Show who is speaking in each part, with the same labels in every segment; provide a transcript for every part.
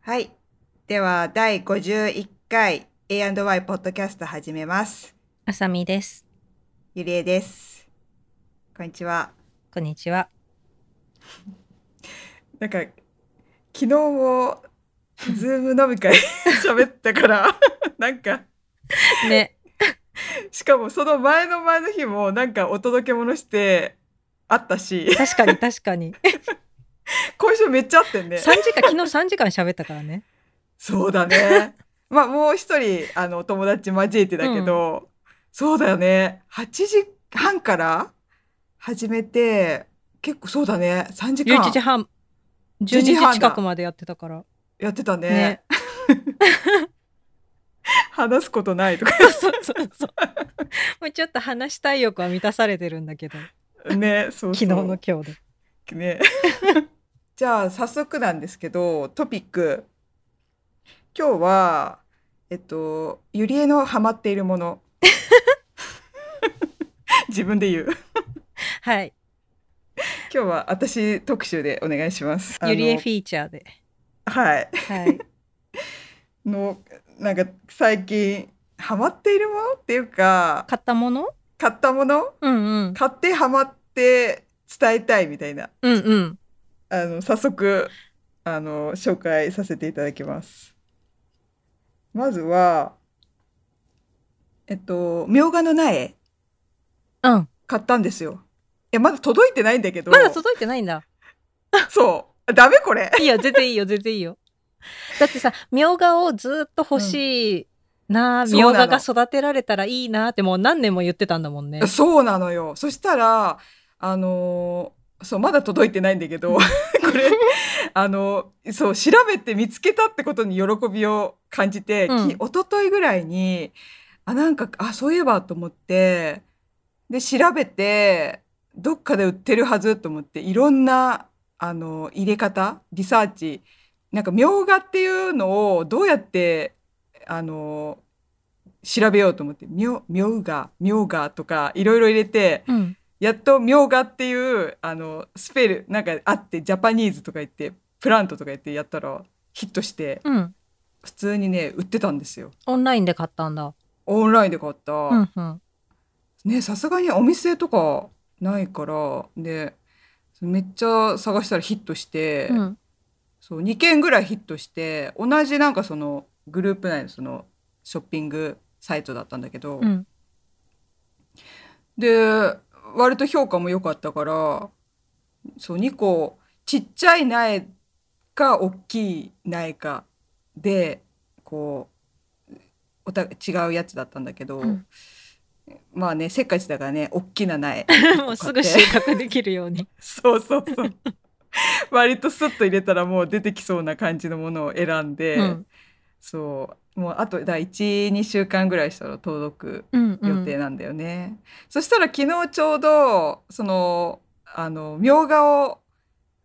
Speaker 1: はい。では、第51回 A&Y ポッドキャスト始めます。
Speaker 2: あさみです。
Speaker 1: ゆりえです。こんにちは。
Speaker 2: こんにちは。
Speaker 1: なんか、昨日も、ズーム飲み会 喋ったから、 なんか、
Speaker 2: ね、
Speaker 1: しかもその前の前の日も、なんかお届け物して、あったし、
Speaker 2: 確かに確かに。
Speaker 1: 今週めっちゃあってんね。
Speaker 2: 三時間、昨日3時間喋ったからね。
Speaker 1: そうだね。 まあもう一人あのお友達交えてだけど、そうだよね。8時半から始めて結構そうだね。3時間
Speaker 2: 11時半、12
Speaker 1: 10時半だ
Speaker 2: 時近くまでやってたから。
Speaker 1: やってたね。
Speaker 2: ね。
Speaker 1: 話すことないと か
Speaker 2: そうそうそうそう。もうちょっと話したい欲は満たされてるんだけど、
Speaker 1: ね。そうそう
Speaker 2: 昨日の今日で。
Speaker 1: ね。じゃあ早速なんですけどトピック今日はえっとゆりえのハマっているも の自分で言う。
Speaker 2: はい。
Speaker 1: 今日は私特集でお願いします。
Speaker 2: ゆりえ
Speaker 1: あの
Speaker 2: フィーチャーで。
Speaker 1: はい。
Speaker 2: はい。
Speaker 1: のなんか最近ハマっているものっていうか
Speaker 2: 買ったもの
Speaker 1: 買ったもの
Speaker 2: うんうん。
Speaker 1: 買ってハマって伝えたいみたいな
Speaker 2: うんうん。
Speaker 1: あの早速あの紹介させていただきます。まずはえっとみょうがの苗
Speaker 2: うん。
Speaker 1: 買ったんですよ。いやまだ届いてないんだけど。
Speaker 2: まだ届いてないんだ。
Speaker 1: そう。ダメこれ。
Speaker 2: いいよ、全然いいよ、全然いいよ。だってさ、みょうがをずっと欲しいなあ、
Speaker 1: うん
Speaker 2: みょうがが
Speaker 1: そ
Speaker 2: 育てられたらいいなあってもう何年も言ってたんだもんね。
Speaker 1: そうなのよ。そしたら、あのーそう、まだ届いてないんだ けど、これ、あのーそう、調べて見つけたってことに喜びを感じて、
Speaker 2: うん
Speaker 1: き一昨日ぐらいに、あ、なんか、あ、そういえばと思って、で、調べて、どっかで売ってるはずと思って、いろんな、あのー入れ方、リサーチ、なんか、みょうがっていうのをどうやって、あのー調べようと思って、みょ、みょうが、みょうがとか、いろいろ入れて、
Speaker 2: うん。
Speaker 1: やっとみょうがっていう、あの、スペル、なんかあって、ジャパニーズとか言って、プラントとか言ってやったら、ヒットして、
Speaker 2: うん。
Speaker 1: 普通にね、売ってたんですよ。
Speaker 2: オンラインで買ったんだ。
Speaker 1: オンラインで買った。
Speaker 2: うんうん。
Speaker 1: ね、さすがにお店とかないから、で、めっちゃ探したらヒットして、
Speaker 2: うん。
Speaker 1: そう、2件ぐらいヒットして、同じなんかその、グループ内のその、ショッピングサイトだったんだけど、
Speaker 2: うん。
Speaker 1: で割と評価も良かったからそう2個ちっちゃい苗か大きい苗かでこうおた違うやつだったんだけど、
Speaker 2: うん
Speaker 1: まあねせっかちだからね大きな苗
Speaker 2: もうすぐ収穫できるように。
Speaker 1: そうそうそう割とスッと入れたらもう出てきそうな感じのものを選んで、
Speaker 2: うん。
Speaker 1: そうもうあと12週間ぐらいしたら届く
Speaker 2: うん。う
Speaker 1: 予定
Speaker 2: ん。
Speaker 1: なんだよね。そしたら昨日ちょうどそのあのみょうがを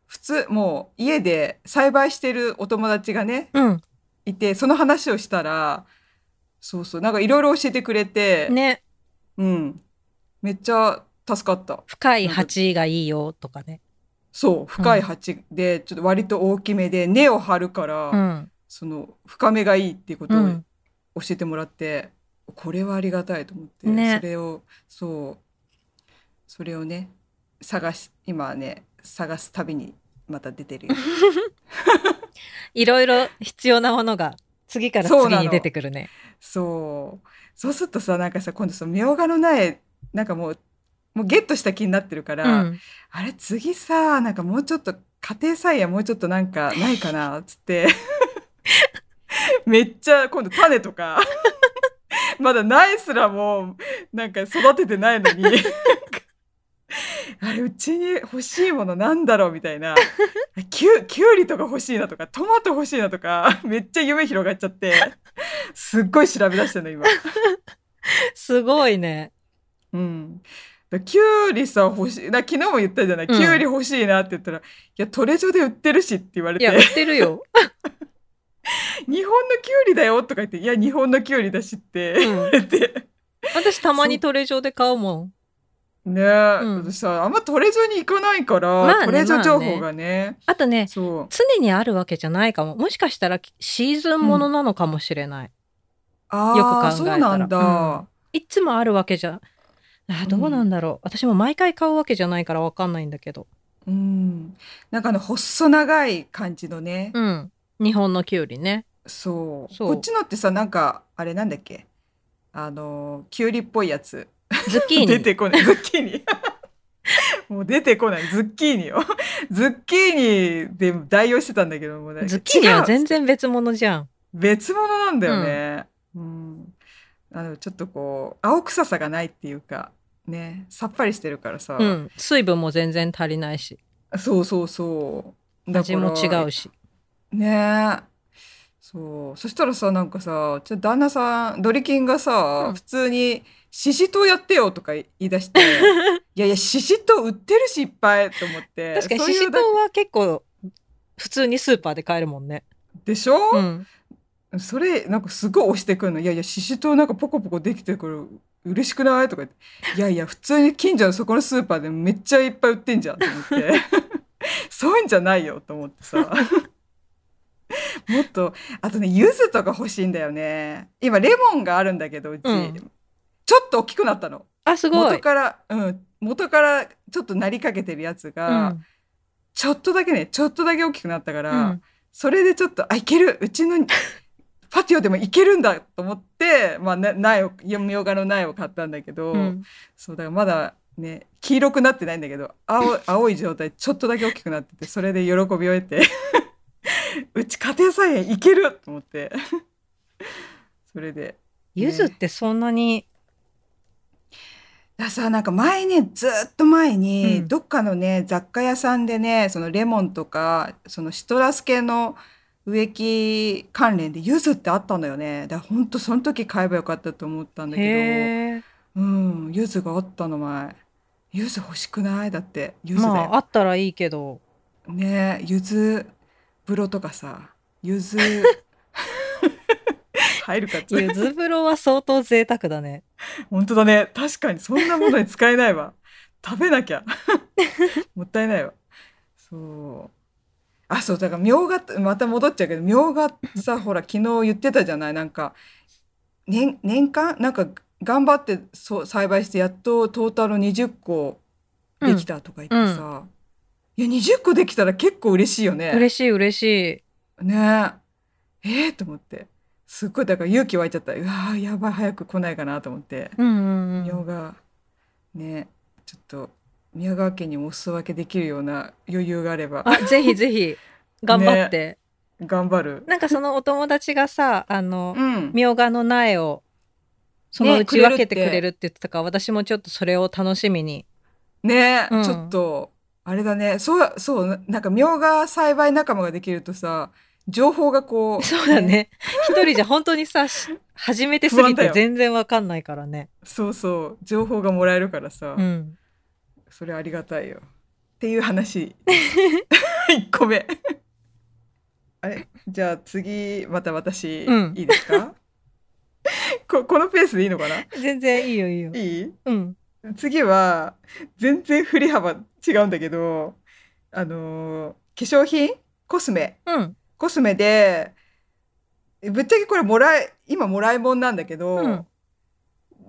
Speaker 1: 普通もう家で栽培してるお友達がね
Speaker 2: うん。
Speaker 1: いてその話をしたらそうそうなんかいろいろ教えてくれて、
Speaker 2: ね、
Speaker 1: うんめっちゃ助かった。
Speaker 2: 深い鉢がいいよとかね。
Speaker 1: そう深い鉢でちょっと割と大きめで根を張るから、
Speaker 2: うん。
Speaker 1: その深めがいいっていうこと
Speaker 2: う
Speaker 1: を
Speaker 2: ん。
Speaker 1: 教えてもらってこれはありがたいと思って、
Speaker 2: ね
Speaker 1: それをそうそれをね探し今はね探す旅にまた出て るよ
Speaker 2: いろいろ必要なものが次から
Speaker 1: そう
Speaker 2: 次
Speaker 1: な
Speaker 2: に
Speaker 1: の
Speaker 2: 出てくるね。
Speaker 1: そうそうするとさなんかさ今度そのみょうがの苗なんかもうもうゲットした気になってるか
Speaker 2: う
Speaker 1: ら、
Speaker 2: ん。
Speaker 1: あれ次さなんかもうちょっと家庭菜園もうちょっとなんかないかなっつってめっちゃ今度種とかまだ苗すらもうなんか育ててないのにあれうちに欲しいものなんだろうみたいなきゅきゅうりとか欲しいなとかトマト欲しいなとかめっちゃ夢広がっちゃってすっごい調べ出してるの今。
Speaker 2: すごい ね。
Speaker 1: うん。だきゅうりさ欲しいな昨日も言ったじゃない、
Speaker 2: うん
Speaker 1: きゅうり欲しいなって言ったら「いやトレジョで売ってるし」って言われ
Speaker 2: い
Speaker 1: て
Speaker 2: や、売ってるよ。
Speaker 1: 「日本のきゅうりだよ」とか言って「いや日本のきゅうりだし」って
Speaker 2: う
Speaker 1: 言わ
Speaker 2: ん。
Speaker 1: れて、
Speaker 2: 私たまにトレジョで買うもん。
Speaker 1: ねえ、
Speaker 2: うん
Speaker 1: 私さあんまトレジョに行かないから、
Speaker 2: まあね
Speaker 1: トレジョ情報がね,、
Speaker 2: あとね
Speaker 1: そう
Speaker 2: 常にあるわけじゃないかももしかしたらシーズンものなのかもしれない、
Speaker 1: あ
Speaker 2: よく考えたら
Speaker 1: あそうなんだ、
Speaker 2: うんいつもあるわけじゃあどうなんだろう、私も毎回買うわけじゃないからわかんないんだけど
Speaker 1: うん、なんかあの細長い感じのね、
Speaker 2: うん日本のきゅう りね
Speaker 1: そう
Speaker 2: そう
Speaker 1: こっちのってさなんかあれなんだっけあのきゅうりっぽいやつ
Speaker 2: ズッキーニ
Speaker 1: 出てこないズッキー ニもう出てこないズッキーニをズッキーニで代用してたんだけどもうね
Speaker 2: ズッキーニは
Speaker 1: 違う
Speaker 2: 全然別物じゃん
Speaker 1: 別物なんだよね、うんあのちょっとこう青臭さがないっていうかねさっぱりしてるからさ、
Speaker 2: うん水分も全然足りないし
Speaker 1: そうそうそうだか
Speaker 2: 味
Speaker 1: ら
Speaker 2: も違うし
Speaker 1: ねえそうそしたらさなんかさちょ旦那さんドリキンがさ、
Speaker 2: うん
Speaker 1: 普通に「ししとうやってよ」とか言い出して いやいやししとう売ってるしいっぱいと思って
Speaker 2: 確かに
Speaker 1: そう
Speaker 2: し
Speaker 1: いう
Speaker 2: しと
Speaker 1: だ
Speaker 2: うは結構普通にスーパーで買えるもんね
Speaker 1: でしょ、
Speaker 2: うん
Speaker 1: それなんかすごい押してくるの「いやいやししとうなんかポコポコできてくる嬉しくない?」とか言って「いやいや普通に近所のそこのスーパーでめっちゃいっぱい売ってんじゃん」と思って そういうんじゃないよと思ってさ もっとあとね柚子とか欲しいんだよね今レモンがあるんだけどうち、
Speaker 2: うん
Speaker 1: ちょっと大きくなったの
Speaker 2: あすご
Speaker 1: 元
Speaker 2: い、
Speaker 1: から、うん、元からちょっとなりかけてるやつ
Speaker 2: う
Speaker 1: が、
Speaker 2: ん
Speaker 1: ちょっとだけねちょっとだけ大きくなったか
Speaker 2: う
Speaker 1: ら。
Speaker 2: ん、
Speaker 1: それでちょっと、あ、いけるうちのパティオでもいけるんだと思って、まあ、な苗を、みょうがの苗を買ったんだけど、
Speaker 2: うん
Speaker 1: そう、だからまだね、黄色くなってないんだけど、青、青い状態、ちょっとだけ大きくなってて、それで喜びを得 て、うち家庭菜園いけると思って。それで。
Speaker 2: 柚子ってそんなに、
Speaker 1: いやさ、なんか前ね、ずっと前に、
Speaker 2: うん
Speaker 1: どっかのね、雑貨屋さんでね、そのレモンとか、そのシトラス系の植木関連で柚子ってあったのよね。だからほんとその時買えばよかったと思ったんだけ
Speaker 2: へえ
Speaker 1: ど、うん、柚子があったの前。柚子欲しくないだって、柚子だ
Speaker 2: まああ
Speaker 1: よ。
Speaker 2: ったらいいけど
Speaker 1: ねえ、柚子風呂とかさ、柚 子入るかって。
Speaker 2: 柚子風呂は相当贅沢だね
Speaker 1: 本当だね。確かにそんなものに使えない わ。食べなきゃ。もったいないわ。そう。あ、そう、だから、みょうがって、また戻っちゃうけど、みょうがって さ、ほら、昨日言ってたじゃないなんか、年、年間なんか、頑張ってそう栽培して、やっとトータル20個できたとか言ってさ、いや、20個できたら結構嬉しいよ ね。
Speaker 2: 嬉しい嬉しい
Speaker 1: ねえ。えーと思って。すっごい、だから勇気湧いちゃった。うわー、やばい、早く来ないかなと思って。
Speaker 2: うんうん
Speaker 1: みょ
Speaker 2: うん
Speaker 1: うがねちょっと宮川家にもお裾分けできるような余裕があれば
Speaker 2: あぜひぜひ 頑張って、
Speaker 1: 頑張る。
Speaker 2: なんかそのお友達がさあの
Speaker 1: うん、
Speaker 2: みょうがの苗をそのうち
Speaker 1: ね
Speaker 2: 分けてく
Speaker 1: くれるって
Speaker 2: れるって言ってたから、私もちょっとそれを楽しみに
Speaker 1: ね、
Speaker 2: うん
Speaker 1: ちょっとあれだねそうそうななんかみょうが栽培仲間ができるとさ情報がこう
Speaker 2: そうだね一人じゃ本当にさし初めてす
Speaker 1: 不
Speaker 2: ぎ
Speaker 1: 安だ
Speaker 2: て
Speaker 1: よ
Speaker 2: 全然わかんないからね
Speaker 1: そうそう情報がもらえるからさ、
Speaker 2: うん
Speaker 1: それありがたいよっていう話 一個 目あれじゃあ次また私、
Speaker 2: うん
Speaker 1: いいですか ここのペースでいいのかな
Speaker 2: 全然いいよいいよ
Speaker 1: いい
Speaker 2: うん
Speaker 1: 次は全然振り幅違うんだけどあのー化粧品コスメ
Speaker 2: うん
Speaker 1: コスメでぶっちゃけこれもらい今もらいもんなんだけど、
Speaker 2: うん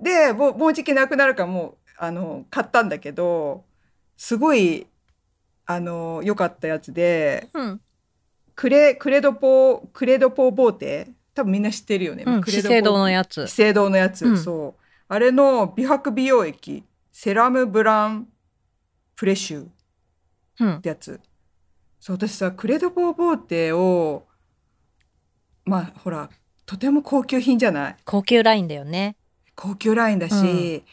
Speaker 1: でもうもうじきなくなるからもうあの買ったんだけどすごいあの良かったやつで
Speaker 2: うん
Speaker 1: クレクレドポクレドポボーテ多分みんな知ってるよね、
Speaker 2: うん
Speaker 1: ク
Speaker 2: 資
Speaker 1: レドポ
Speaker 2: 生堂のやつ
Speaker 1: 資生堂のやつ、
Speaker 2: うん
Speaker 1: そうあれの美白美容液セラムブランプレシューっ
Speaker 2: うん
Speaker 1: てやつそう私さクレドボーボーテをまあほらとても高級品じゃない
Speaker 2: 高級ラインだよね
Speaker 1: 高級ラインだし、
Speaker 2: うん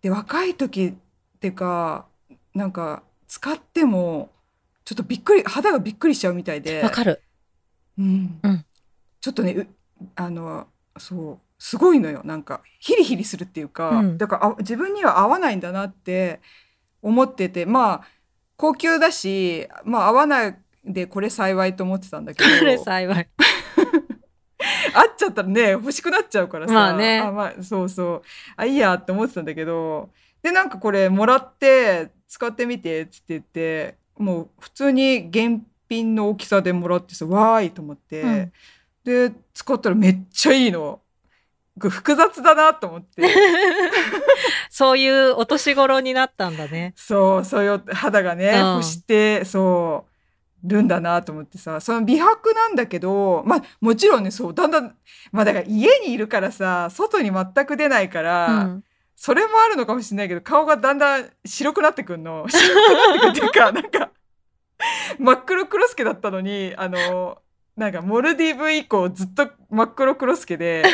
Speaker 1: で若い時ってかなんか使ってもちょっとびっくり肌がびっくりしちゃうみたいで
Speaker 2: わかる
Speaker 1: うん
Speaker 2: うん
Speaker 1: ちょっとねうあのそうすごいのよなんかヒリヒリするっていうか、
Speaker 2: うん
Speaker 1: だからあ自分には合わないんだなって思っててまあ高級だし、まあ、合わないでこれ幸いと思ってたんだけ ど
Speaker 2: これ幸い
Speaker 1: 会っちゃったらね欲しくなっちゃうからさ
Speaker 2: まあね
Speaker 1: まあ、そうそうあいいやって思ってたんだけどでなんかこれもらって使ってみてっつって言ってもう普通に現品の大きさでもらってさわーいと思って、
Speaker 2: うん
Speaker 1: で使ったらめっちゃいいのこれ複雑だなと思って
Speaker 2: そういうお年頃になったんだね。
Speaker 1: そうそういう肌がね、
Speaker 2: うん
Speaker 1: 干してそうるんだなと思ってさその美白なんだけどまあもちろんねそうだんだんまあだから家にいるからさ外に全く出ないか
Speaker 2: う
Speaker 1: ら、
Speaker 2: ん、
Speaker 1: それもあるのかもしれないけど顔がだんだん白くなってくんの 白くなってくるっていう かなんか真っ黒クロスケだったのにあのなんかモルディブ以降ずっと真っ黒クロスケで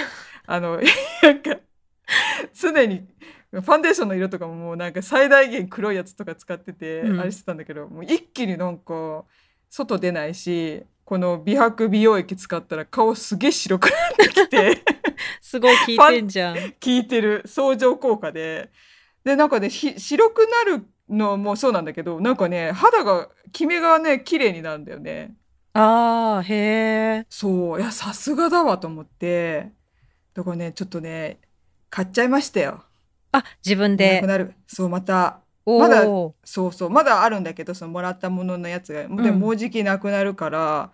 Speaker 1: あの なんか常にファンデーションの色とかももうなんか最大限黒いやつとか使ってて、
Speaker 2: うん
Speaker 1: あれしてたんだけどもう一気になんか外出ないしこの美白美容液使ったら顔すげえ白くなってきて。
Speaker 2: すごい聞いてんじゃん。
Speaker 1: 効いてる相乗効果ででなんかねひ白くなるのもそうなんだけどなんかね肌がキメがね綺麗になるんだよね
Speaker 2: ああ、へえ。
Speaker 1: そういやさすがだわと思ってだからねちょっとね買っちゃいましたよ
Speaker 2: あ、自分
Speaker 1: な
Speaker 2: で
Speaker 1: く。なるそうまた
Speaker 2: お
Speaker 1: まだ
Speaker 2: お。
Speaker 1: そうそうまだあるんだけどそのもらったもののやつがでも
Speaker 2: うん
Speaker 1: もうじきなくなるから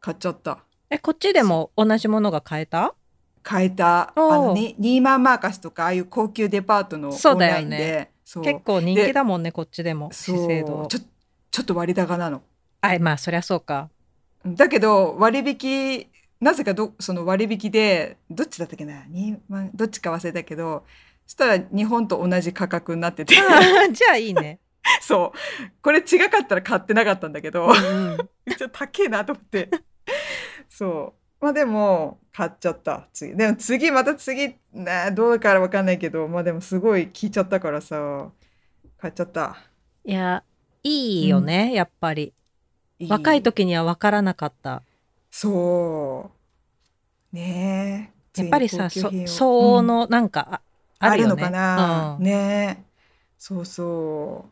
Speaker 1: 買っちゃった
Speaker 2: え、こっちでも同じものが買えた
Speaker 1: 買えたあ
Speaker 2: おー
Speaker 1: の、ね、ニーマンマーカスとかああいう高級デパートのオ
Speaker 2: そう
Speaker 1: ン
Speaker 2: だ
Speaker 1: ラ
Speaker 2: よ
Speaker 1: イン
Speaker 2: ね
Speaker 1: でそう
Speaker 2: 結構人気だもんね、こっちでも。資
Speaker 1: そう
Speaker 2: 生堂
Speaker 1: ち。ょちょっと割高なの
Speaker 2: あ、まあ、そりゃそ うか。
Speaker 1: だけど割引なぜかどその割引でどっちだったっけな2万どっちか忘れたけどそしたら日本と同じ価格になってて
Speaker 2: あーじゃあいいね。
Speaker 1: そうこれ違かったら買ってなかったんだけ ど
Speaker 2: うん
Speaker 1: ちょっと高えなと思ってそうまあでも買っちゃった次でも次また次などうからわかんないけどまあでもすごい効いちゃったからさ買っちゃった
Speaker 2: いや、いいよね、やっぱり。若い時には分からなかった。
Speaker 1: そう。ねえ。
Speaker 2: やっぱりさ、
Speaker 1: ついに
Speaker 2: そ
Speaker 1: 高級品を
Speaker 2: 相応の、なんか、
Speaker 1: うん
Speaker 2: あ
Speaker 1: あ
Speaker 2: ある
Speaker 1: る
Speaker 2: よ
Speaker 1: の
Speaker 2: ね。
Speaker 1: かな。
Speaker 2: うん
Speaker 1: ねえ。そうそ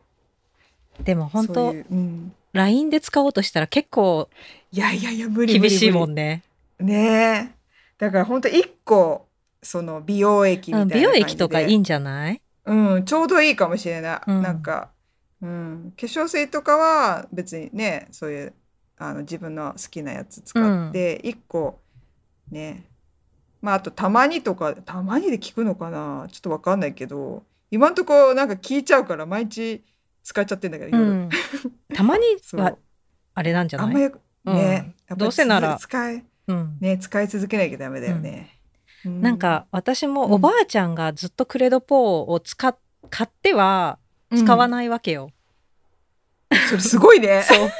Speaker 1: う。
Speaker 2: でも本
Speaker 1: そ
Speaker 2: 当
Speaker 1: ういううん。
Speaker 2: LINE で使おうとしたら結構
Speaker 1: いやいやいや無理無理
Speaker 2: 厳しいも
Speaker 1: 無
Speaker 2: んね。
Speaker 1: 理ねえ。だから本当一個その美容液みた
Speaker 2: う
Speaker 1: い
Speaker 2: ん
Speaker 1: な感じで、
Speaker 2: 美容液とかいいんじゃない
Speaker 1: うんちょうどいいかもしれない。
Speaker 2: うん
Speaker 1: なんかうん化粧水とかは別にねそういうあの自分の好きなやつ使って一個ねまああとたまにとかたまにで聞くのかなちょっとわかんないけど今んとこなんか聞いちゃうから毎日使っちゃってんだけど、
Speaker 2: う
Speaker 1: 夜
Speaker 2: ん、たまに
Speaker 1: そう
Speaker 2: はあれなんじゃ
Speaker 1: あ
Speaker 2: なんい
Speaker 1: まよく
Speaker 2: うん
Speaker 1: ね、やっぱり
Speaker 2: どうせなら
Speaker 1: つづ使い
Speaker 2: うん
Speaker 1: ね使い続けなきゃダメだよね、う
Speaker 2: なんか私もおばあちゃんがずっとクレドポーを使っ買っては使わ
Speaker 1: い、
Speaker 2: ないわけよ。
Speaker 1: うん それすごいね
Speaker 2: そう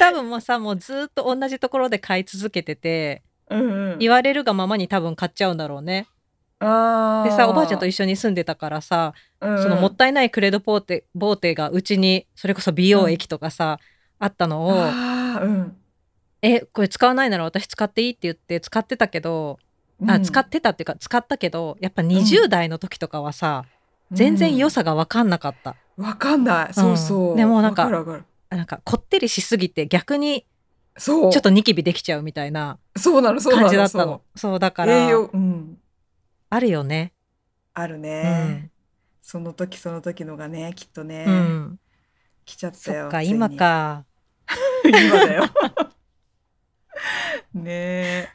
Speaker 2: 多分もうさもうずっと同じところで買い続けてて
Speaker 1: うん、うん、
Speaker 2: 言われるがままに多分買っちゃうんだろうね。
Speaker 1: あ
Speaker 2: でさおばあちゃんと
Speaker 1: 一
Speaker 2: 一緒に住んでたからさ
Speaker 1: 緒
Speaker 2: そのもったいないクレドポーテボーテがうちにそれこそ美容液とかさ、あったのを
Speaker 1: あーうん
Speaker 2: えこれ使わないなら私使っていいって言って使ってたけど、
Speaker 1: うん
Speaker 2: あ使ってたっていうか使ったけどやっぱ20代の時とかはさ、全然良さが分かんなかった、
Speaker 1: うんわかんないそうそう、
Speaker 2: うんでもなんか
Speaker 1: わるわかる
Speaker 2: なんかこってりしすぎて逆に
Speaker 1: そう
Speaker 2: ちょっとニキビできちゃうみたいな
Speaker 1: そうなのそうなの
Speaker 2: 感じだったのそう
Speaker 1: そ
Speaker 2: だ
Speaker 1: う
Speaker 2: から
Speaker 1: 栄養うん
Speaker 2: あるよね、
Speaker 1: ある
Speaker 2: う
Speaker 1: ね、
Speaker 2: ん
Speaker 1: その時その時のがねきっとね、
Speaker 2: うん
Speaker 1: 来ちゃったよ
Speaker 2: そっか
Speaker 1: ついに
Speaker 2: 今か
Speaker 1: 今だ よねえ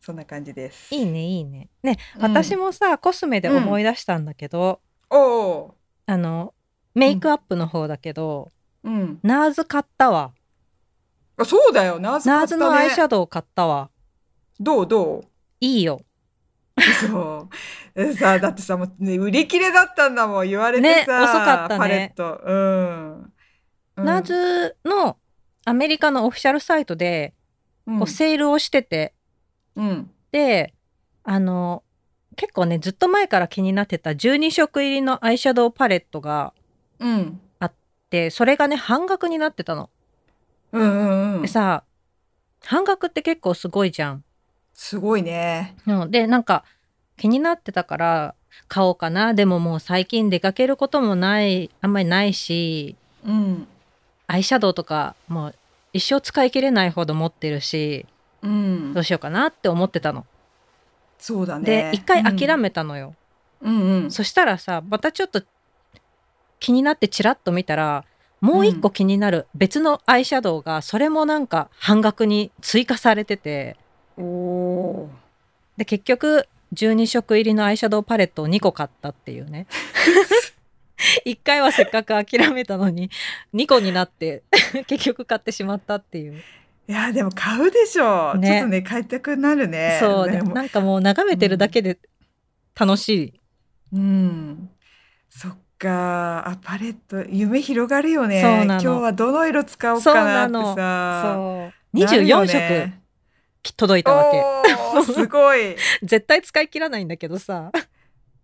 Speaker 1: そんな感じです
Speaker 2: いいねいいねね、
Speaker 1: うん
Speaker 2: 私もさコスメで思い出したんだけど、
Speaker 1: おう
Speaker 2: あのメイクアップの方だけど、
Speaker 1: うん
Speaker 2: ナーズ買ったわ
Speaker 1: あそうだよナーズ買
Speaker 2: ナー
Speaker 1: っ
Speaker 2: ズ
Speaker 1: た、ね、
Speaker 2: のアイシャドウ買ったわ
Speaker 1: どうどう
Speaker 2: いいよ
Speaker 1: そうえさあだってさもう、ね、売り切れだったんだもん言われてさ、
Speaker 2: ね遅かったね
Speaker 1: パレットうんうん
Speaker 2: ナズのアメリカのオフィシャルサイトで
Speaker 1: う
Speaker 2: こ
Speaker 1: ん
Speaker 2: うセールをしてて、
Speaker 1: うん
Speaker 2: であの結構ねずっと前から気になってた12色入りのアイシャドウパレットが
Speaker 1: うん
Speaker 2: でそれがね半額になってたの。
Speaker 1: うんうんうん
Speaker 2: でさ半額って結構すごいじゃん。
Speaker 1: すごいね
Speaker 2: うんでなんか気になってたから買おうかなでももう最近出かけることもないあんまりないし
Speaker 1: うん
Speaker 2: アイシャドウとかもう一生使い切れないほど持ってるし
Speaker 1: うん
Speaker 2: どうしようかなって思ってたの。
Speaker 1: そうだ
Speaker 2: で
Speaker 1: ね
Speaker 2: 一回諦めたのよ、
Speaker 1: うんうん
Speaker 2: そしたらさまたちょっと気になってチラッと見たらもう一個気になる別のアイシャドウがそれもなんか半額に追加されてて
Speaker 1: おお
Speaker 2: で結局12色入りのアイシャドウパレットを2個買ったってい うね1回はせっかく諦めたのに2個になって 結局買ってしまったっていう、
Speaker 1: いやでも買うでしょう、
Speaker 2: ね
Speaker 1: ちょっとね買いたくなるね
Speaker 2: そう
Speaker 1: で
Speaker 2: で
Speaker 1: も
Speaker 2: なんかもう眺めてるだけで楽しい、
Speaker 1: うんそっかあパレット夢広がるよね
Speaker 2: そうな
Speaker 1: 今
Speaker 2: の
Speaker 1: 日はどの色使おうかなってさ
Speaker 2: そう24色届いたわけ
Speaker 1: お ーすごい
Speaker 2: 絶対使い切らないんだけどさ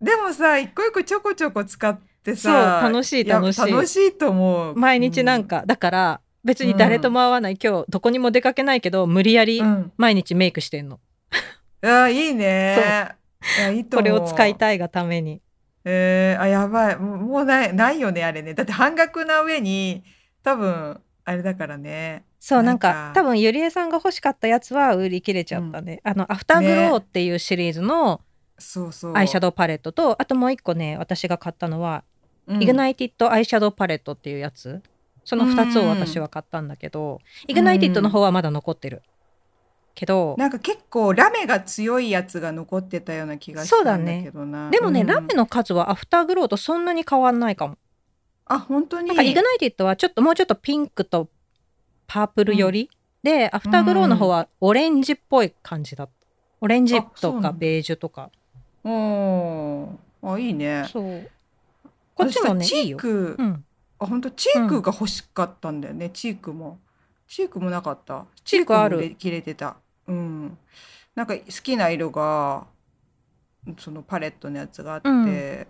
Speaker 1: でもさ一個一個ちょこちょこ使って
Speaker 2: そう
Speaker 1: さ
Speaker 2: 楽しい
Speaker 1: や
Speaker 2: 楽しい
Speaker 1: 楽しいと思う
Speaker 2: 毎日なん、か、だから別に誰とも会わない、今日どこにも出かけないけど無理やり
Speaker 1: うんうん
Speaker 2: 毎日メイクしてんの、
Speaker 1: あいいねいやいいと
Speaker 2: こ
Speaker 1: 思う
Speaker 2: れを使いたいがために
Speaker 1: えー、あやばいもうもうないないよねあれねだって半額な上に多分あれだからね
Speaker 2: そう
Speaker 1: な
Speaker 2: なん
Speaker 1: ん
Speaker 2: か
Speaker 1: か
Speaker 2: 多分ゆりえさんが欲しかったやつは売り切れちゃったね、あの「アフターグロー」っていうシリーズの
Speaker 1: そうそう
Speaker 2: アイシャ
Speaker 1: ド
Speaker 2: ドウパレットと、あともう一個ね私が買ったのは、
Speaker 1: ウ、
Speaker 2: イグナ
Speaker 1: イ
Speaker 2: イティッドアイシャドウパレットっていうやつその2つを私は買ったんだけど、イグナイティッドの方はまだ残ってる、けど
Speaker 1: なんか結構ラメが強いやつが残ってたような気がし
Speaker 2: そう
Speaker 1: た
Speaker 2: だ
Speaker 1: んだ
Speaker 2: ね
Speaker 1: けどな
Speaker 2: でもね、
Speaker 1: うん
Speaker 2: ラメの数はアフターグローとそんなに変わんないかも
Speaker 1: あ本当に
Speaker 2: なんかイグナイティッドはちょっともうちょっとピンクとパープル寄り、でアフターグローの方はオレンジっぽい感じだったオレンジ
Speaker 1: あそう
Speaker 2: と
Speaker 1: なん
Speaker 2: か
Speaker 1: だ
Speaker 2: ベージュとか
Speaker 1: おーあいいね
Speaker 2: そう,、こっちもね
Speaker 1: 私さ
Speaker 2: いい
Speaker 1: チー
Speaker 2: よ、
Speaker 1: ク
Speaker 2: うん、
Speaker 1: あ本当チークが欲しかったんだよね、チークもチークもなかった
Speaker 2: チークある
Speaker 1: も売り切れてたうんなんか好きな色がそのパレットのやつがあって、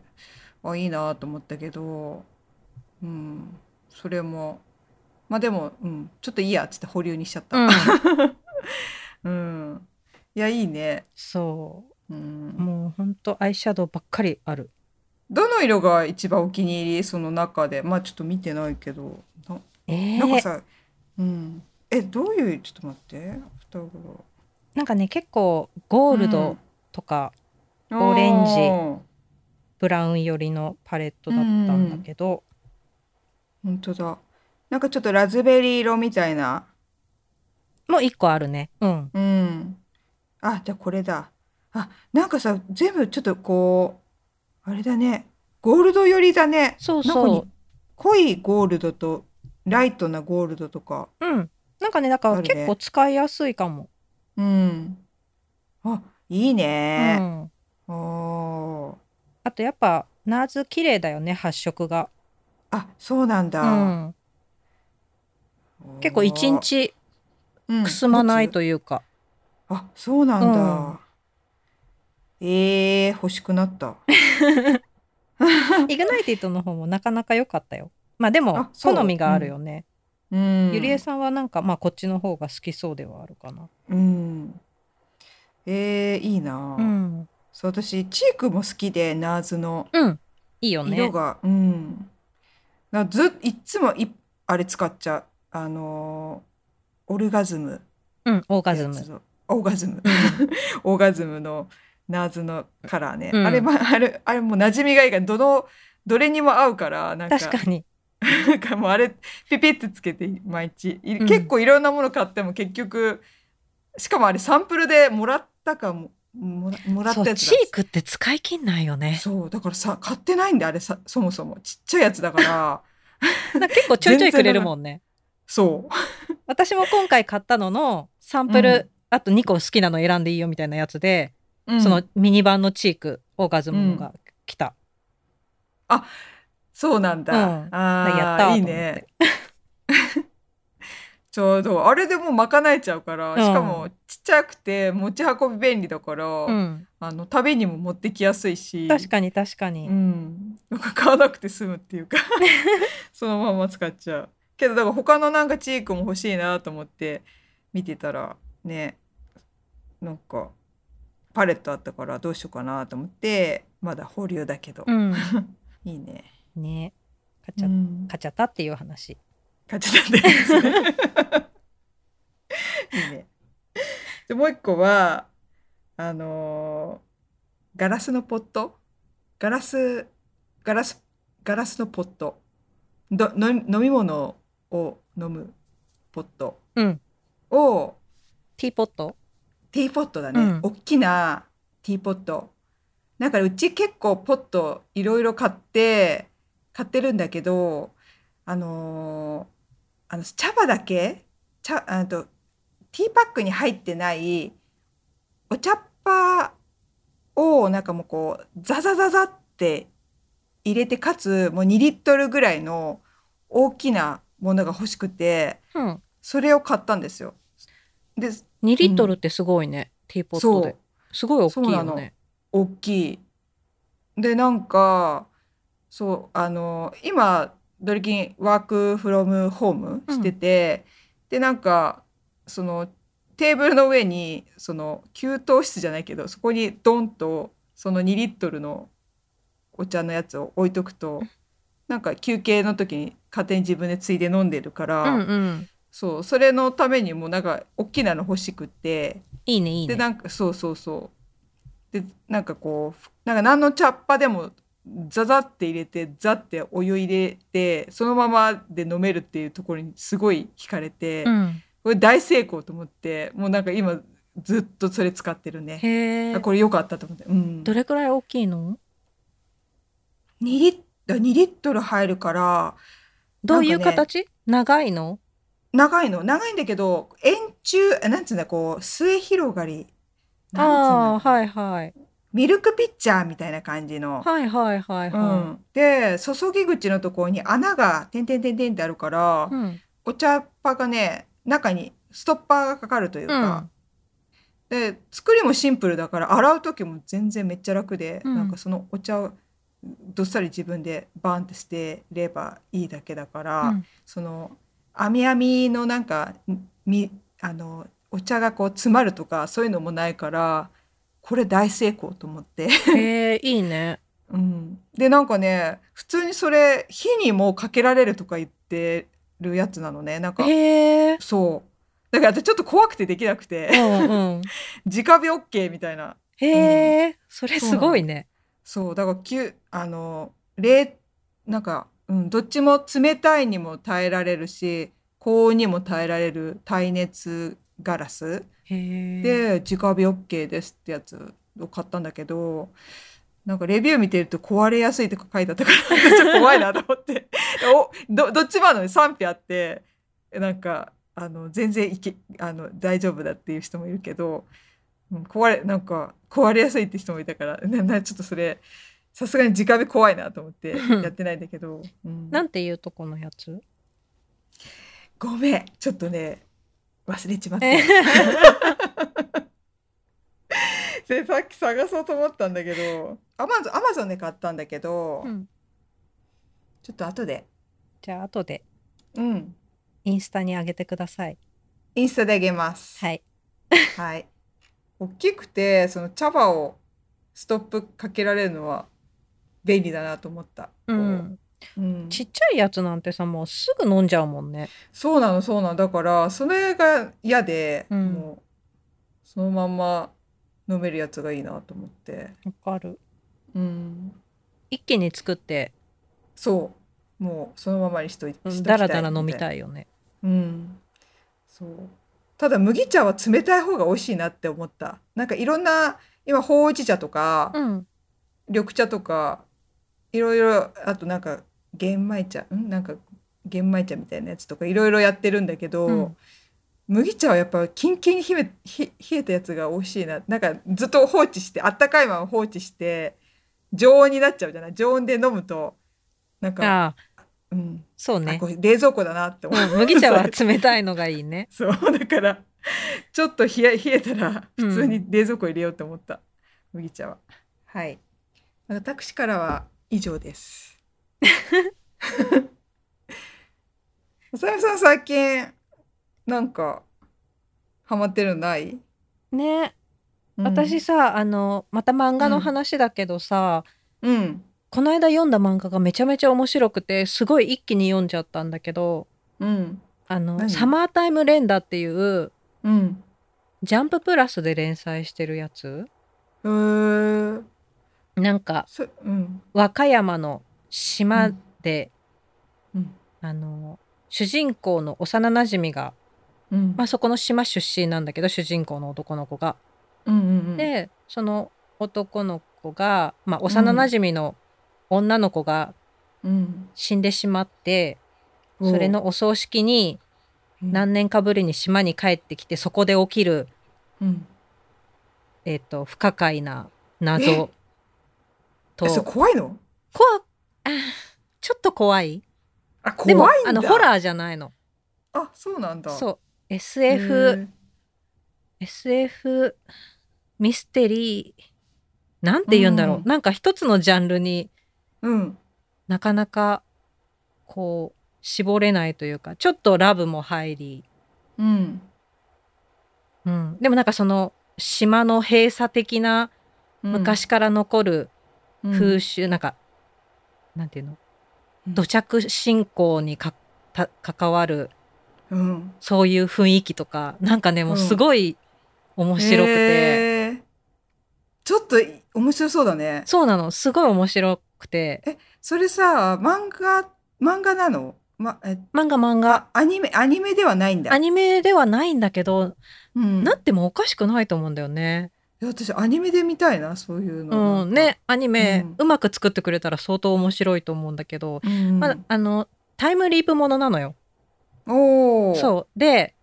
Speaker 1: あいいなと思ったけどうんそれもまあでも、うん、ちょっといいやっつって保留にしちゃった
Speaker 2: うん、
Speaker 1: うん、いやいいね
Speaker 2: そ
Speaker 1: うん
Speaker 2: うもうほんとアイシャドウばっかりある
Speaker 1: どの色が一番お気に入りその中でまあちょっと見てないけどな
Speaker 2: えー
Speaker 1: なんかさ、うん、えどういうちょっと待って双子
Speaker 2: なんかね結構ゴールドとかオレンジブラウン寄りのパレットだったんだけど、
Speaker 1: 本当だなんかちょっとラズベリー色みたいな
Speaker 2: もう1個あるねうん
Speaker 1: うんあじゃあこれだあなんかさ全部ちょっとこうあれだねゴールド寄りだね
Speaker 2: そう
Speaker 1: なん
Speaker 2: そ
Speaker 1: かに濃いゴールドとライトなゴールドとか
Speaker 2: ううんなんかねだか
Speaker 1: あ
Speaker 2: ら
Speaker 1: るね
Speaker 2: 結構使いやすいかも、
Speaker 1: うんあいいうね、
Speaker 2: ん
Speaker 1: おおー
Speaker 2: あとやっぱナーズ綺麗だよね発色が、
Speaker 1: あそうなん
Speaker 2: う
Speaker 1: だ、
Speaker 2: ん、結構一日
Speaker 1: うん
Speaker 2: くすまないというか、
Speaker 1: あ、そうなんだ。
Speaker 2: うん
Speaker 1: ええ欲しくな った。
Speaker 2: イグナイティッドの方もなかなか良かったよまあでも
Speaker 1: あそう
Speaker 2: 好みがあるよね、
Speaker 1: うん。
Speaker 2: ゆりえさんはなんかまあこっちの方が好きそうではあるかな、
Speaker 1: うん。ええいいな、
Speaker 2: うん、
Speaker 1: そう、私、チークも好きで、ナーズの
Speaker 2: うん、いいよね
Speaker 1: 色が、うん。なずっ、いっつもい、あれ使っちゃう。あのーオルガズム。
Speaker 2: うん、オーガズム
Speaker 1: オーガズム。 オーガズムのナーズのカラーね。
Speaker 2: うん
Speaker 1: あれ、ま、あれ、あれもう馴染みがいいから、どの、どれにも合うから、なん
Speaker 2: 確かに
Speaker 1: なんかもうあれピピってつけて毎日い
Speaker 2: うん
Speaker 1: 結構いろんなもの買っても結局しかもあれサンプルでもらったかももらもらっ
Speaker 2: そ
Speaker 1: た
Speaker 2: う
Speaker 1: やつ
Speaker 2: チークって使い切んないよ
Speaker 1: だ
Speaker 2: ね
Speaker 1: そうだからさ買ってないんだあれさそもそもちっちゃいやつだから
Speaker 2: なんか結構ちょいちょいくれるもんね
Speaker 1: そう
Speaker 2: 私も今回買ったののサンプル、
Speaker 1: うん
Speaker 2: あと2個好きなの選んでいいよみたいなやつで、
Speaker 1: うん
Speaker 2: そのミニ版のチークオーガズムのが来た、
Speaker 1: そうなんだ、
Speaker 2: うん
Speaker 1: あー
Speaker 2: やったーと思って
Speaker 1: いいね ちょうどあれでもう賄えちゃうから、
Speaker 2: うん
Speaker 1: しかもちっちゃくて持ち運び便利だから、
Speaker 2: うん、
Speaker 1: あの旅にも持ってきやすいし
Speaker 2: 確かに確かに、
Speaker 1: うん、なんか買わなくて済むっていう かそのまま使っちゃうけどだから他のなんかチークも欲しいなと思って見てたらねなんかパレットあったからどうしようかなと思ってまだ保留だけど、
Speaker 2: うん、
Speaker 1: いいね、
Speaker 2: ね買っち
Speaker 1: う
Speaker 2: ゃ,、
Speaker 1: ん、
Speaker 2: 買っちゃったっていう話
Speaker 1: 勝ちたんですね いいねでもう一個はあのーガラスのポットガラス、ガラス、ガラスのポット。どの飲み物を飲むポット
Speaker 2: うん。
Speaker 1: を、
Speaker 2: ティーポット
Speaker 1: ティーポットだね。
Speaker 2: うん
Speaker 1: 大きなティーポット。なんかうち結構ポットいろいろ買って、買ってるんだけど、あのーあの茶葉だけ、茶、あと、ティーパックに入ってないお茶っ葉をなんかもうこう、ザザザザって入れて、かつもう2リットルぐらいの大きなものが欲しくて、
Speaker 2: うん。
Speaker 1: それを買ったんですよ。で、
Speaker 2: 2リットルってすごいね。ティーポット
Speaker 1: そう
Speaker 2: で。。すごい大きい
Speaker 1: そうな
Speaker 2: よ
Speaker 1: の
Speaker 2: ね。
Speaker 1: 大きい。でなんかそうあの今ドリキンワークフロムホームしてて、でなんかそのテーブルの上にその給湯室じゃないけどそこにドンとその2リットルのお茶のやつを置いとくとなんか休憩の時に勝手に自分でついで飲んでるか
Speaker 2: う
Speaker 1: ら、
Speaker 2: んうん。
Speaker 1: そうそれのためにもうなんか大きなの欲しくって。
Speaker 2: いいね、いい
Speaker 1: で
Speaker 2: ね。
Speaker 1: なんかそうそうそうでなんかこうふなんか何の茶っ葉でもザザって入れてザってお湯入れてそのままで飲めるっていうところにすごい惹かれて、
Speaker 2: うん。
Speaker 1: これ大成功と思ってもうなんか今ずっとそれ使ってるね
Speaker 2: へえ
Speaker 1: あ。これ良かったと思って、うん、
Speaker 2: どれくらい大きいの
Speaker 1: 2リットル2リットル入るから
Speaker 2: どうい
Speaker 1: な
Speaker 2: う
Speaker 1: んかね
Speaker 2: 形、長いの
Speaker 1: 長いの長いんだけど円柱あなんつうんだこう末広がり
Speaker 2: あ
Speaker 1: なん
Speaker 2: あ
Speaker 1: つうんだ
Speaker 2: ー、はいはい。
Speaker 1: ミルクピッチャーみたいな感じの。
Speaker 2: はいはいはいうは
Speaker 1: ん、で注ぎ口のところに穴がてんてんてんてんってあるから、
Speaker 2: い。うん。
Speaker 1: お茶っ葉がね中にストッパーがかかるという
Speaker 2: う
Speaker 1: か
Speaker 2: ん、。
Speaker 1: で作りもシンプルだから洗う時も全然めっちゃ楽で、
Speaker 2: うん
Speaker 1: なんかそのお茶をどっさり自分でバンって捨てればいいだけだから、
Speaker 2: うん
Speaker 1: その網網のなんかみあのお茶がこう詰まるとかそういうのもないからこれ大成功と思って。
Speaker 2: へえ、いいね。
Speaker 1: うん、でなんかね普通にそれ火にもかけられるとか言ってるやつなのねなんか
Speaker 2: へえ。
Speaker 1: そうだから私ちょっと怖くてできなく
Speaker 2: う
Speaker 1: て
Speaker 2: んうん。
Speaker 1: 直火 OK みたいな
Speaker 2: へえ、それすごいね。
Speaker 1: そうだからきゅあの冷なんか、うん、どっちも冷たいにも耐えられるし高温にも耐えられる耐熱ガラス
Speaker 2: へえ。
Speaker 1: で直火 OK ですってやつを買ったんだけどなんかレビュー見てると壊れやすいとか書いてあったからちょっと怖いなと思って おどどっちもあるのに賛否あってなんかあの全然いけあの大丈夫だっていう人もいるけど、うん、壊れなんか壊れやすいって人もいたから ななちょっとそれさすがに直火怖いなと思ってやってないんだけど、うん
Speaker 2: なんていうとこのやつ
Speaker 1: ごめんちょっとね忘れちまった。でさっき探そうと思ったんだけどアマゾンアマゾンで買ったんだけ ど、
Speaker 2: うん
Speaker 1: ちょっと後で
Speaker 2: じゃあ、後で
Speaker 1: うん
Speaker 2: インスタに上げてください。
Speaker 1: インスタであげます
Speaker 2: はい。
Speaker 1: はい、大きくてその茶葉をストップかけられるのは便利だなと思った、
Speaker 2: うん。
Speaker 1: こううん
Speaker 2: ちっちゃいやつなんてさもうすぐ飲んじゃうもんね
Speaker 1: そうなのそうなのだからそれが嫌で、
Speaker 2: うん
Speaker 1: もうそのまんま飲めるやつがいいなと思って
Speaker 2: わかる
Speaker 1: うん
Speaker 2: 一気に作って
Speaker 1: そうもうそのままにしといしと
Speaker 2: う
Speaker 1: き
Speaker 2: ん
Speaker 1: たい
Speaker 2: だらだら飲み
Speaker 1: いな
Speaker 2: たいよね
Speaker 1: うん、そうただ麦茶は冷たい方が美味しいなって思ったなんかいろんな今ほうじ茶とか
Speaker 2: うん
Speaker 1: 緑茶とかいろいろあとなんか玄米茶んなんか玄米茶みたいなやつとかいろいろやってるんだけど、
Speaker 2: うん
Speaker 1: 麦茶はやっぱキンキンに冷えひ冷えたやつが美味しいななんかずっと放置してあったかいまま放置して常温になっちゃうじゃない常温で飲むとなんか、
Speaker 2: ああ
Speaker 1: うん
Speaker 2: そう
Speaker 1: あ
Speaker 2: ね
Speaker 1: これ冷蔵庫だなって思う
Speaker 2: うん麦 茶は冷たいのがいいね
Speaker 1: そうだ からちょっと冷え冷えたら普通に冷蔵庫入れようと思った、麦茶ははい私からは以上です おさみさん最近なんかハマってるのない、
Speaker 2: ね
Speaker 1: うん
Speaker 2: 私さあのまた漫画の話だけどさ、
Speaker 1: うん
Speaker 2: この間読んだ漫画がめちゃめちゃ面白くてすごい一気に読んじゃったんだけど
Speaker 1: うん
Speaker 2: あの「
Speaker 1: 何
Speaker 2: サマータイム連打」っていう
Speaker 1: うん
Speaker 2: ジャンププラスで連載してるやつ
Speaker 1: うー
Speaker 2: なんか
Speaker 1: そうん
Speaker 2: 和歌山の島で、
Speaker 1: うん
Speaker 2: あの主人公の幼なじみが、
Speaker 1: うん
Speaker 2: まあ、そこの島出身なんだけど主人公の男の子が。
Speaker 1: うんうんうん
Speaker 2: でその男の子が、まあ、幼なじみの女の子が
Speaker 1: うん
Speaker 2: 死んでしまって、それのお葬式に
Speaker 1: うん
Speaker 2: 何年かぶりに島に帰ってきてそこで起きる、
Speaker 1: うん
Speaker 2: えっと不可解な謎と
Speaker 1: えそれ
Speaker 2: こ
Speaker 1: 怖いの
Speaker 2: わあーちょっと怖い
Speaker 1: あ
Speaker 2: でも
Speaker 1: 怖いんだ
Speaker 2: あのホラーじゃないの
Speaker 1: あそうなんだ
Speaker 2: そう
Speaker 1: へ
Speaker 2: SF
Speaker 1: ー
Speaker 2: SF ミステリーなんて言うんだろう、
Speaker 1: うん
Speaker 2: なんか一つのジャンルに
Speaker 1: うん
Speaker 2: なかなかこう絞れないというかちょっとラブも入り、
Speaker 1: うん
Speaker 2: うん、でもなんかその島の閉鎖的な
Speaker 1: うん
Speaker 2: 昔から残る
Speaker 1: うん
Speaker 2: 風習、なんかなんていうの
Speaker 1: うん
Speaker 2: 土着信仰にかた関わる
Speaker 1: うん
Speaker 2: そういう雰囲気とかなんかねもうすごい面白くて、
Speaker 1: へーちょっとい面白そうだね
Speaker 2: そうなのすごい面白くて
Speaker 1: それさ漫画漫画なのまえ
Speaker 2: 漫画漫画
Speaker 1: あアニメアニメではないんだ
Speaker 2: アニメではないんだけど、
Speaker 1: うん
Speaker 2: なってもおかしくないと思うんだよね。
Speaker 1: いや私アニメで見たいなそういうの、
Speaker 2: うん、ねアニメ、
Speaker 1: うん
Speaker 2: うまく作ってくれたら相当面白いと思うんだけど、
Speaker 1: うん、
Speaker 2: まあ、あのタイムリープものなのよ。
Speaker 1: おお
Speaker 2: そうで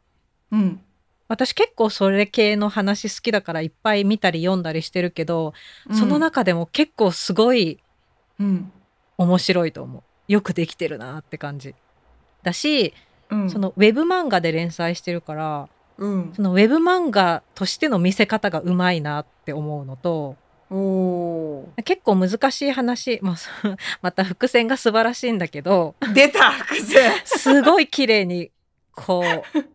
Speaker 1: う、うん、
Speaker 2: 私結構それ系の話好きだからいっぱい見たり読んだりしてるけど、その中でも結構すごい
Speaker 1: うん、
Speaker 2: 面白いと思う。よくできてるなって感じ。だし、
Speaker 1: うん、
Speaker 2: そのウェブ漫画で連載してるから、
Speaker 1: うん
Speaker 2: そのウェブ漫画としての見せ方がうまいなって思うのと、
Speaker 1: おお
Speaker 2: 結構難しい話、まあ、 そうまた伏線が素晴らしいんだけど
Speaker 1: ー出た伏線
Speaker 2: すごい綺麗にこう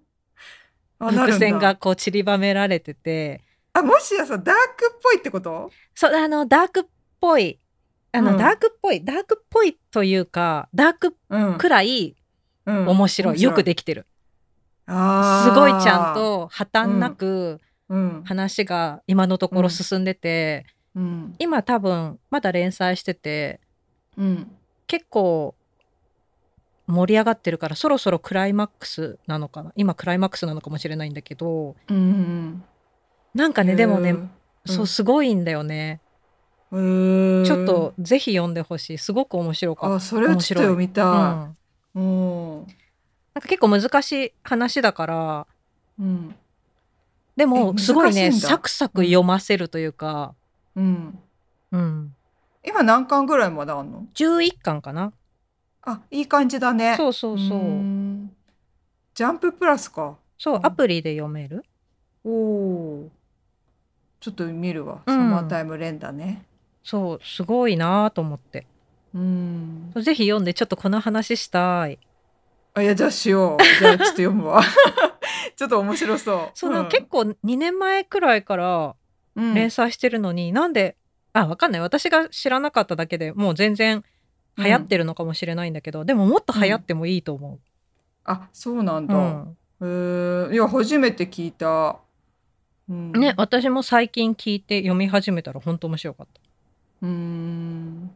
Speaker 1: あなるん
Speaker 2: 伏
Speaker 1: だ
Speaker 2: 線がこう散りばめられてて
Speaker 1: あもしやさダークっぽいってこと
Speaker 2: そうあのダークっぽいあの、
Speaker 1: うん
Speaker 2: ダークっぽいダークっぽいというかダーク
Speaker 1: うん
Speaker 2: くらい
Speaker 1: うん
Speaker 2: 面白い、よくできてる
Speaker 1: あー
Speaker 2: すごいちゃんと破綻なく
Speaker 1: うん
Speaker 2: 話が今のところ進んでて、
Speaker 1: うん
Speaker 2: 今多分まだ連載してて
Speaker 1: うん
Speaker 2: 結構盛り上がってるからそろそろクライマックスなのかな今クライマックスなのかもしれないんだけど
Speaker 1: うんうん
Speaker 2: なんか
Speaker 1: う
Speaker 2: ね
Speaker 1: ん
Speaker 2: でもね、
Speaker 1: うん
Speaker 2: そうすごいんだよね、
Speaker 1: へー
Speaker 2: ちょっとぜひ読んでほしいすごく面白かっ
Speaker 1: あそれをちょっと読み
Speaker 2: た、う
Speaker 1: た
Speaker 2: ん、なん
Speaker 1: いうん
Speaker 2: か結構難しい話だから
Speaker 1: うん
Speaker 2: で
Speaker 1: え
Speaker 2: もすごいね
Speaker 1: 難しいんだ
Speaker 2: サクサク読ませるというか、
Speaker 1: うん
Speaker 2: うん、
Speaker 1: 今何巻ぐらいまであんの
Speaker 2: 11巻かな
Speaker 1: あいい感じだね
Speaker 2: そうそうそう
Speaker 1: ー
Speaker 2: うん
Speaker 1: ジャンププラスか
Speaker 2: そうアプリで読める
Speaker 1: おおちょっと見るわ、
Speaker 2: う
Speaker 1: サ
Speaker 2: ん
Speaker 1: マータイム連打ね
Speaker 2: そうすごいなと思って
Speaker 1: うん
Speaker 2: ぜひ読んでちょっとこの話したい
Speaker 1: あいやじゃあしよ うじゃあちょっと読むわ ちょっと面白そう
Speaker 2: そうなんか結構2年前くらいから
Speaker 1: 構、うん
Speaker 2: 連載してるのに、なんであわかんない私が知らなかっただけでもう全然流行ってるのかもしれないんだけど、でももっと流行ってもいいと思
Speaker 1: あそうなん
Speaker 2: う、
Speaker 1: だ、
Speaker 2: う
Speaker 1: へ
Speaker 2: ん
Speaker 1: えいや初めて聞いた、うん、
Speaker 2: ね私も最近聞いて読み始めたら本当面白かっ、
Speaker 1: うーん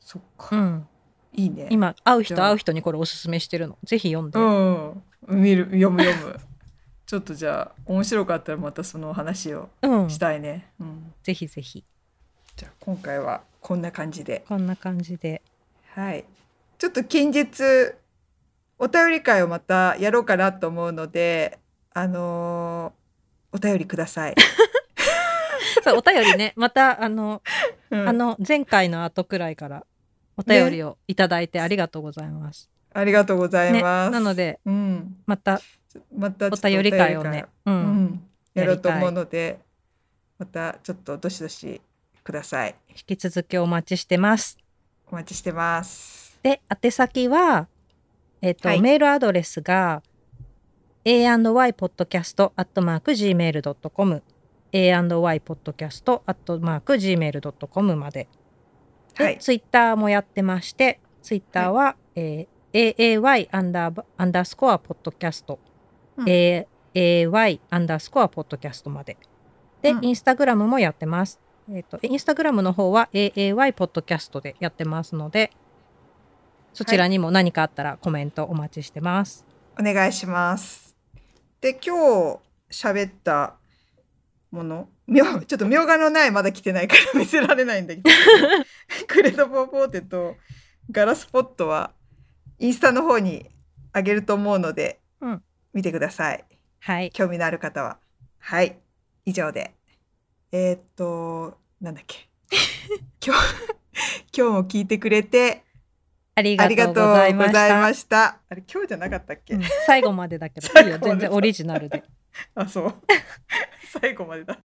Speaker 1: そったか、
Speaker 2: うん、
Speaker 1: いいね
Speaker 2: 今会う人
Speaker 1: じゃあ
Speaker 2: 会う人にこれおすすめしてるのぜひ読んで、
Speaker 1: うん見る読む読む ちょっとじゃあ面白かったらまたその話を
Speaker 2: うん
Speaker 1: したいね、うん、
Speaker 2: ぜひぜひ
Speaker 1: じゃあ今回はこんな感じで
Speaker 2: こんな感じで
Speaker 1: はいちょっと近日お便り会をまたやろうかなと思うのであのーお便りください、
Speaker 2: そうお便りねまたあの,、
Speaker 1: うん
Speaker 2: あの前回の後くらいからお便りをいただいてありがとうございます、
Speaker 1: ありがとうござい
Speaker 2: ね、
Speaker 1: ます、
Speaker 2: なので
Speaker 1: うん
Speaker 2: また
Speaker 1: ちょまたちょ
Speaker 2: お
Speaker 1: っと
Speaker 2: 便り会をね、う
Speaker 1: うんん、やろうと
Speaker 2: やりた
Speaker 1: 思
Speaker 2: いう
Speaker 1: のでまたちょっとどしどしください
Speaker 2: 引き続きお待ちしてます。
Speaker 1: お待ちしてます
Speaker 2: で、宛先は、えっ、と、
Speaker 1: はい
Speaker 2: メールアドレスが、a&ypodcast.gmail.com、a&ypodcast.gmail.com まで。
Speaker 1: はい
Speaker 2: ツイッターもやってまして、ツイッターは、えー aay アンダーバアンダースコアポッドキャスト、
Speaker 1: うん
Speaker 2: aay アンダースコアポッドキャストまで。で、
Speaker 1: うん
Speaker 2: インスタグラムもやってます。えっ、と、インスタグラムの方は AAY ポッドキャストでやってますので、そちらにも何かあったらコメントお待ちしてます。
Speaker 1: お願いします。で今日喋ったものみょうちょっとみょうがのないまだ来てないから見せられないんだけ どクレドポーポーテとガラスポットはインスタの方にあげると思うので、
Speaker 2: うん
Speaker 1: 見てください
Speaker 2: はい。
Speaker 1: 興味のある方ははい以上でえーっとなんだっ け今日今日も聞いてくれて
Speaker 2: あり
Speaker 1: あ
Speaker 2: が
Speaker 1: りが
Speaker 2: と
Speaker 1: と
Speaker 2: う
Speaker 1: うご
Speaker 2: ござ
Speaker 1: ざ
Speaker 2: い
Speaker 1: い
Speaker 2: ま
Speaker 1: ま
Speaker 2: し。
Speaker 1: したたあれ今日じゃなかったっけ、
Speaker 2: うん最後までだけど、いい
Speaker 1: 最後
Speaker 2: よ、
Speaker 1: まで
Speaker 2: 全然オリジナルで。
Speaker 1: あそう最後までだ